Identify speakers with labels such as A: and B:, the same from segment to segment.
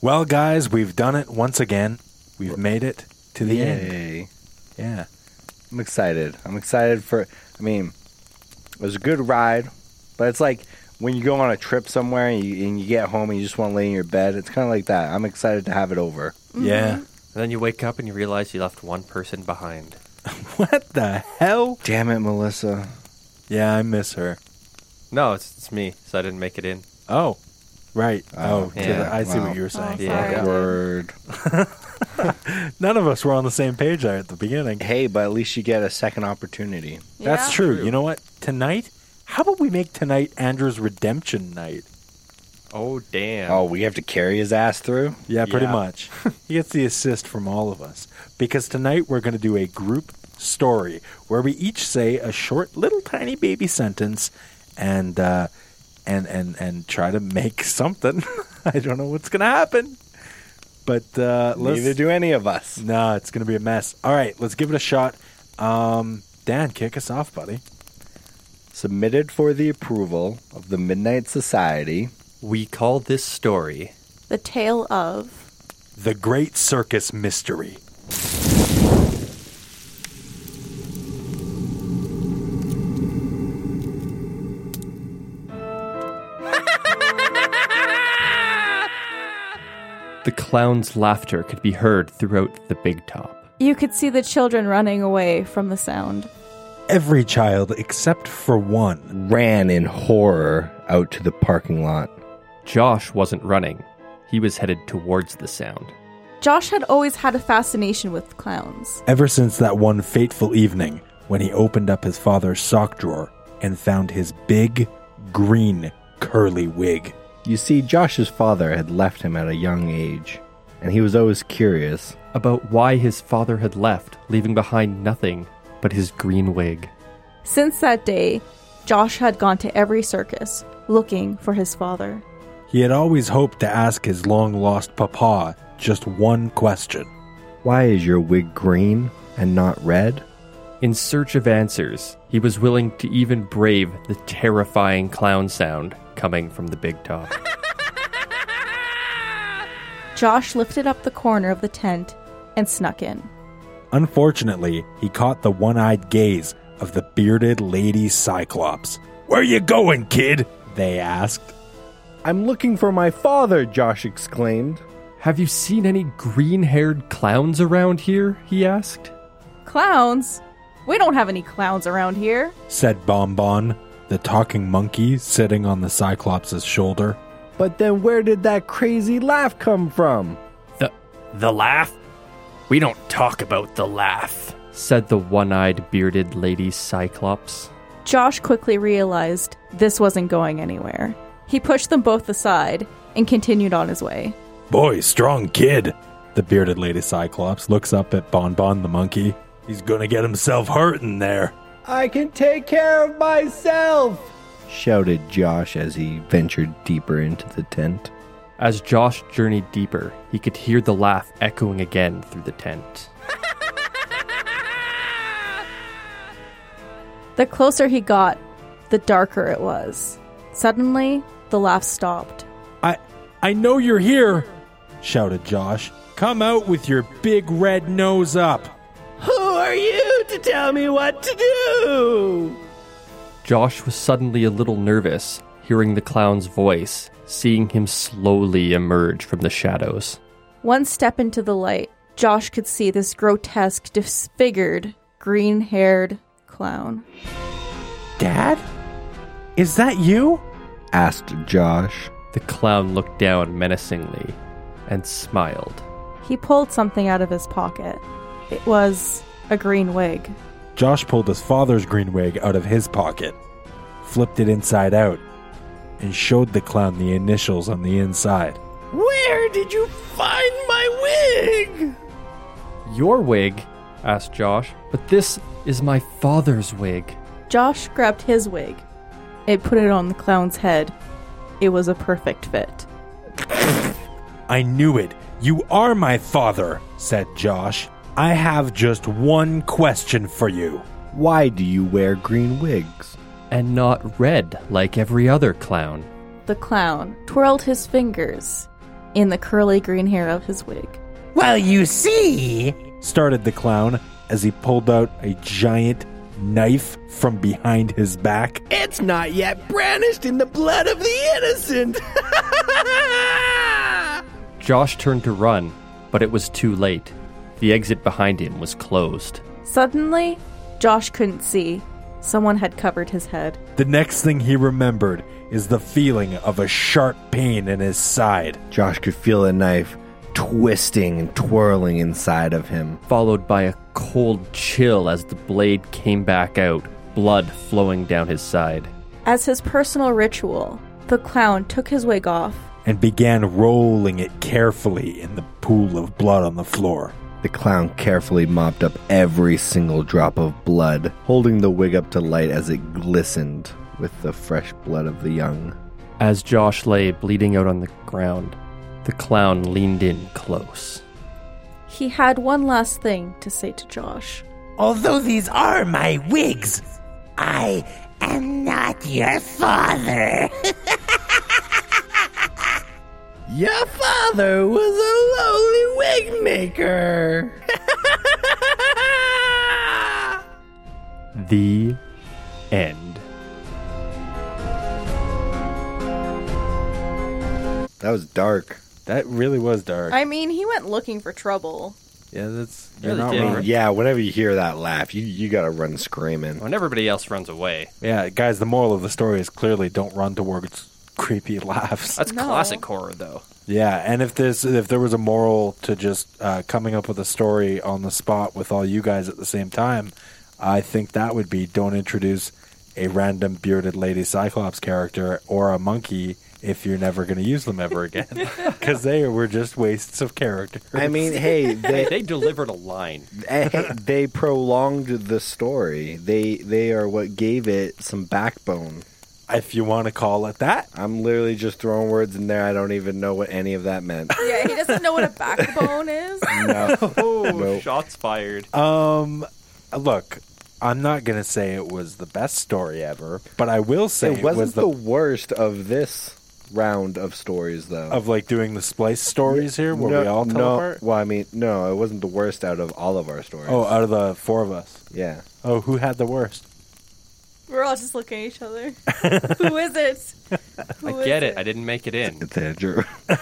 A: Well, guys, we've done it once again. We've made it to the end.
B: Yay.
A: Yeah.
B: I'm excited. I'm excited for. I mean, it was a good ride, but it's like when you go on a trip somewhere and you, and you get home and you just want to lay in your bed. It's kind of like that. I'm excited to have it over.
A: Yeah.
C: And then you wake up and you realize you left one person behind.
A: What the hell?
B: Damn it, Melissa.
A: Yeah, I miss her.
C: No, it's, it's me, so I didn't make it in.
A: Oh, right. Oh, to
B: Oh,
C: yeah.
A: the- I see
B: Wow.
A: what you were saying.
C: Yeah.
D: sorry.
B: Word.
A: None of us were on the same page there at the beginning.
B: Hey, but at least you get a second opportunity.
A: That's
D: Yeah.
A: true.
C: True.
A: You know what? Tonight, how about we make tonight Andrew's redemption night?
C: Oh, damn.
B: Oh, we have to carry his ass through.
A: Yeah, pretty
C: Yeah.
A: much. he gets the assist from all of us because tonight we're going to do a group story where we each say a short, little, tiny baby sentence, and uh, and and and try to make something. I don't know what's going to happen, but uh, let's
B: Neither do any of us.
A: No, it's going to be a mess. All right, let's give it a shot. Um, Dan, kick us off, buddy.
B: Submitted for the approval of the Midnight Society.
C: We call this story
D: The tale of.
A: The Great Circus Mystery.
C: The clown's laughter could be heard throughout the big top.
D: You could see the children running away from the sound.
A: Every child except for one.
B: Ran in horror out to the parking lot.
C: Josh wasn't running, he was headed towards the sound.
D: Josh had always had a fascination with clowns.
A: Ever since that one fateful evening when he opened up his father's sock drawer and found his big, green, curly wig.
B: You see, Josh's father had left him at a young age, and he was always curious.
C: About why his father had left, leaving behind nothing but his green wig.
D: Since that day, Josh had gone to every circus looking for his father.
A: He had always hoped to ask his long lost papa just one question.
B: Why is your wig green and not red?
C: In search of answers, he was willing to even brave the terrifying clown sound coming from the big top.
D: Josh lifted up the corner of the tent and snuck in.
A: Unfortunately, he caught the one eyed gaze of the bearded lady Cyclops. Where you going, kid? They asked.
B: I'm looking for my father, Josh exclaimed.
C: Have you seen any green haired clowns around here? he asked.
D: Clowns? We don't have any clowns around here.
A: said Bonbon, the talking monkey sitting on the Cyclops' shoulder.
B: But then where did that crazy laugh come from?
C: The the laugh? We don't talk about the laugh, said the one-eyed bearded lady Cyclops.
D: Josh quickly realized this wasn't going anywhere. He pushed them both aside and continued on his way.
A: Boy, strong kid. The bearded lady Cyclops looks up at Bonbon the monkey. He's gonna get himself hurt in there.
B: I can take care of myself, shouted Josh as he ventured deeper into the tent.
C: As Josh journeyed deeper, he could hear the laugh echoing again through the tent.
D: The closer he got, the darker it was. Suddenly, the laugh stopped.
A: I I know you're here, shouted Josh. Come out with your big red nose up.
B: Who are you to tell me what to do?
C: Josh was suddenly a little nervous, hearing the clown's voice, seeing him slowly emerge from the shadows.
D: One step into the light, Josh could see this grotesque, disfigured, green haired clown.
A: Dad? Is that you?
B: asked Josh.
C: The clown looked down menacingly and smiled.
D: He pulled something out of his pocket. It was a green wig.
A: Josh pulled his father's green wig out of his pocket, flipped it inside out, and showed the clown the initials on the inside.
B: Where did you find my wig?
C: Your wig? asked Josh. But this is my father's wig.
D: Josh grabbed his wig. It put it on the clown's head. It was a perfect fit.
A: I knew it. You are my father, said Josh. I have just one question for you.
B: Why do you wear green wigs?
C: And not red like every other clown.
D: The clown twirled his fingers in the curly green hair of his wig.
A: Well, you see, started the clown as he pulled out a giant knife from behind his back.
E: It's not yet brandished in the blood of the innocent.
C: Josh turned to run, but it was too late. The exit behind him was closed.
D: Suddenly, Josh couldn't see. Someone had covered his head.
A: The next thing he remembered is the feeling of a sharp pain in his side.
B: Josh could feel a knife twisting and twirling inside of him.
C: followed by a cold chill as the blade came back out, blood flowing down his side.
D: As his personal ritual, the clown took his wig off.
A: and began rolling it carefully in the pool of blood on the floor.
B: The clown carefully mopped up every single drop of blood, holding the wig up to light as it glistened with the fresh blood of the young.
C: As Josh lay bleeding out on the ground, the clown leaned in close.
D: He had one last thing to say to Josh.
E: Although these are my wigs, I am not your father. your father was a lowly wig maker.
C: The end.
B: That was dark.
A: That really was dark.
D: I mean, he went looking for trouble.
A: yeah, that's
C: you're not wrong.
B: Yeah, whenever you hear that laugh, you, you gotta run screaming.
C: When everybody else runs away,
A: Yeah, guys, the moral of the story is clearly don't run towards creepy laughs.
D: No. classic
C: horror, though.
A: Yeah, and if this if there was a moral to just uh, coming up with a story on the spot with all you guys at the same time, I think that would be don't introduce a random bearded lady cyclops character or a monkey if you're never going to use them ever again because they were just wastes of character.
B: I mean, hey, they,
C: They delivered a line.
B: Eh, they prolonged the story. They they are what gave it some backbone.
A: if you want to call it that.
B: I'm literally just throwing words in there. I don't even know what any of that meant.
D: Yeah, he doesn't know what a backbone is.
B: No. Nope.
C: shots fired.
A: Um, look, I'm not gonna say it was the best story ever, but I will say
B: It
A: it,
B: wasn't
A: was
B: the,
A: the,
B: worst of this round of stories, though.
A: of like doing the splice stories here where
B: no,
A: we all tell
B: no,
A: apart.
B: Well, I mean, no, it wasn't the worst out of all of our stories.
A: Oh, out of the four of us.
B: yeah.
A: Oh, who had the worst?
D: We're all just looking at each other. Who is it? Who
C: I
D: is
C: get it. I didn't make it in.
B: It's Andrew.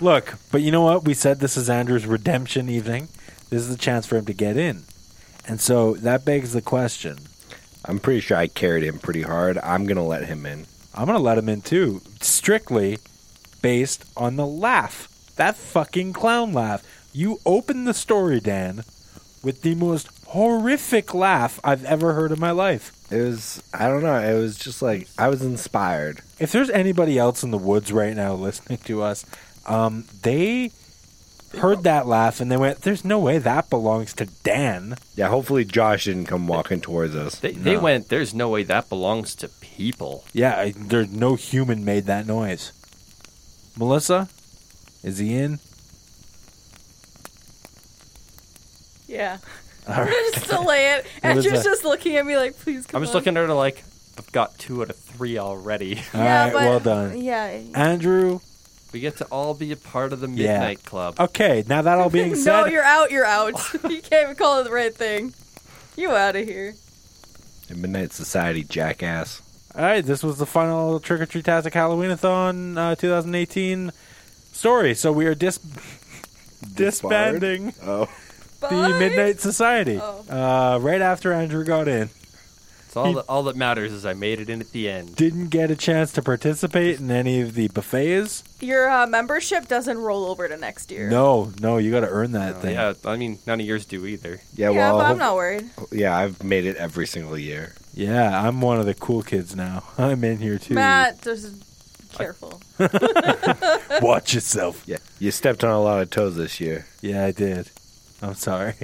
A: Look, but you know what? We said this is Andrew's redemption evening. This is the chance for him to get in, and so that begs the question.
B: I'm pretty sure I carried him pretty hard. I'm gonna let him in.
A: I'm gonna let him in too, strictly based on the laugh. That fucking clown laugh. You open the story, Dan, with the most horrific laugh I've ever heard in my life.
B: It was I don't know. It was just like I was inspired.
A: If there's anybody else in the woods right now listening to us, um, they heard that laugh and they went, "There's no way that belongs to Dan."
B: Yeah. Hopefully, Josh didn't come walking towards us.
C: They, they went, there's no way that belongs to people.
A: Yeah, I, there's no human made that noise. Melissa, is he in?
D: Yeah.
A: All right.
D: just delay it.
A: What is
D: Andrew's
A: that?
D: just looking at me like, please come
C: I'm just
D: on.
C: looking at her like, I've got two out of three already.
A: All right, well done,
D: Yeah.
A: Andrew.
C: We get to all be a part of the
A: Yeah. Uh,
C: Midnight Club.
A: Okay, now that all being said,
D: no, you're out. You're out. you can't even call it the right thing. You out of here.
B: The Midnight Society jackass.
A: all right. This was the final Trick or Treat Tastic Halloweenathon uh, 2018 story. So we are dis- disbanding
B: Oh.
A: the Midnight Society
D: Oh.
A: uh, right after Andrew got in.
C: It's all, that, all that matters is I made it in at the end.
A: Didn't get a chance to participate in any of the buffets.
D: Your uh, membership doesn't roll over to next year.
A: No, no, you got to earn that thing.
C: Oh, Yeah, I mean, none of yours do either.
B: Yeah,
D: Yeah,
B: well,
D: but I'm
B: hope-
D: not worried.
B: yeah, I've made it every single year.
A: Yeah, I'm one of the cool kids now. I'm in here too.
D: Matt, just careful.
A: Watch yourself.
B: Yeah, you stepped on a lot of toes this year.
A: Yeah, I did. I'm sorry.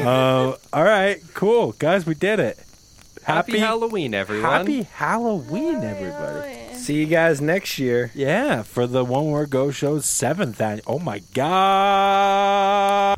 A: uh, all right, cool guys, we did it.
C: Happy,
A: Happy
C: Halloween, everyone.
A: Happy Halloween,
D: Oh,
A: everybody.
B: See you guys next year.
A: Yeah, for the One More Go Show's seventh annual. Oh my God.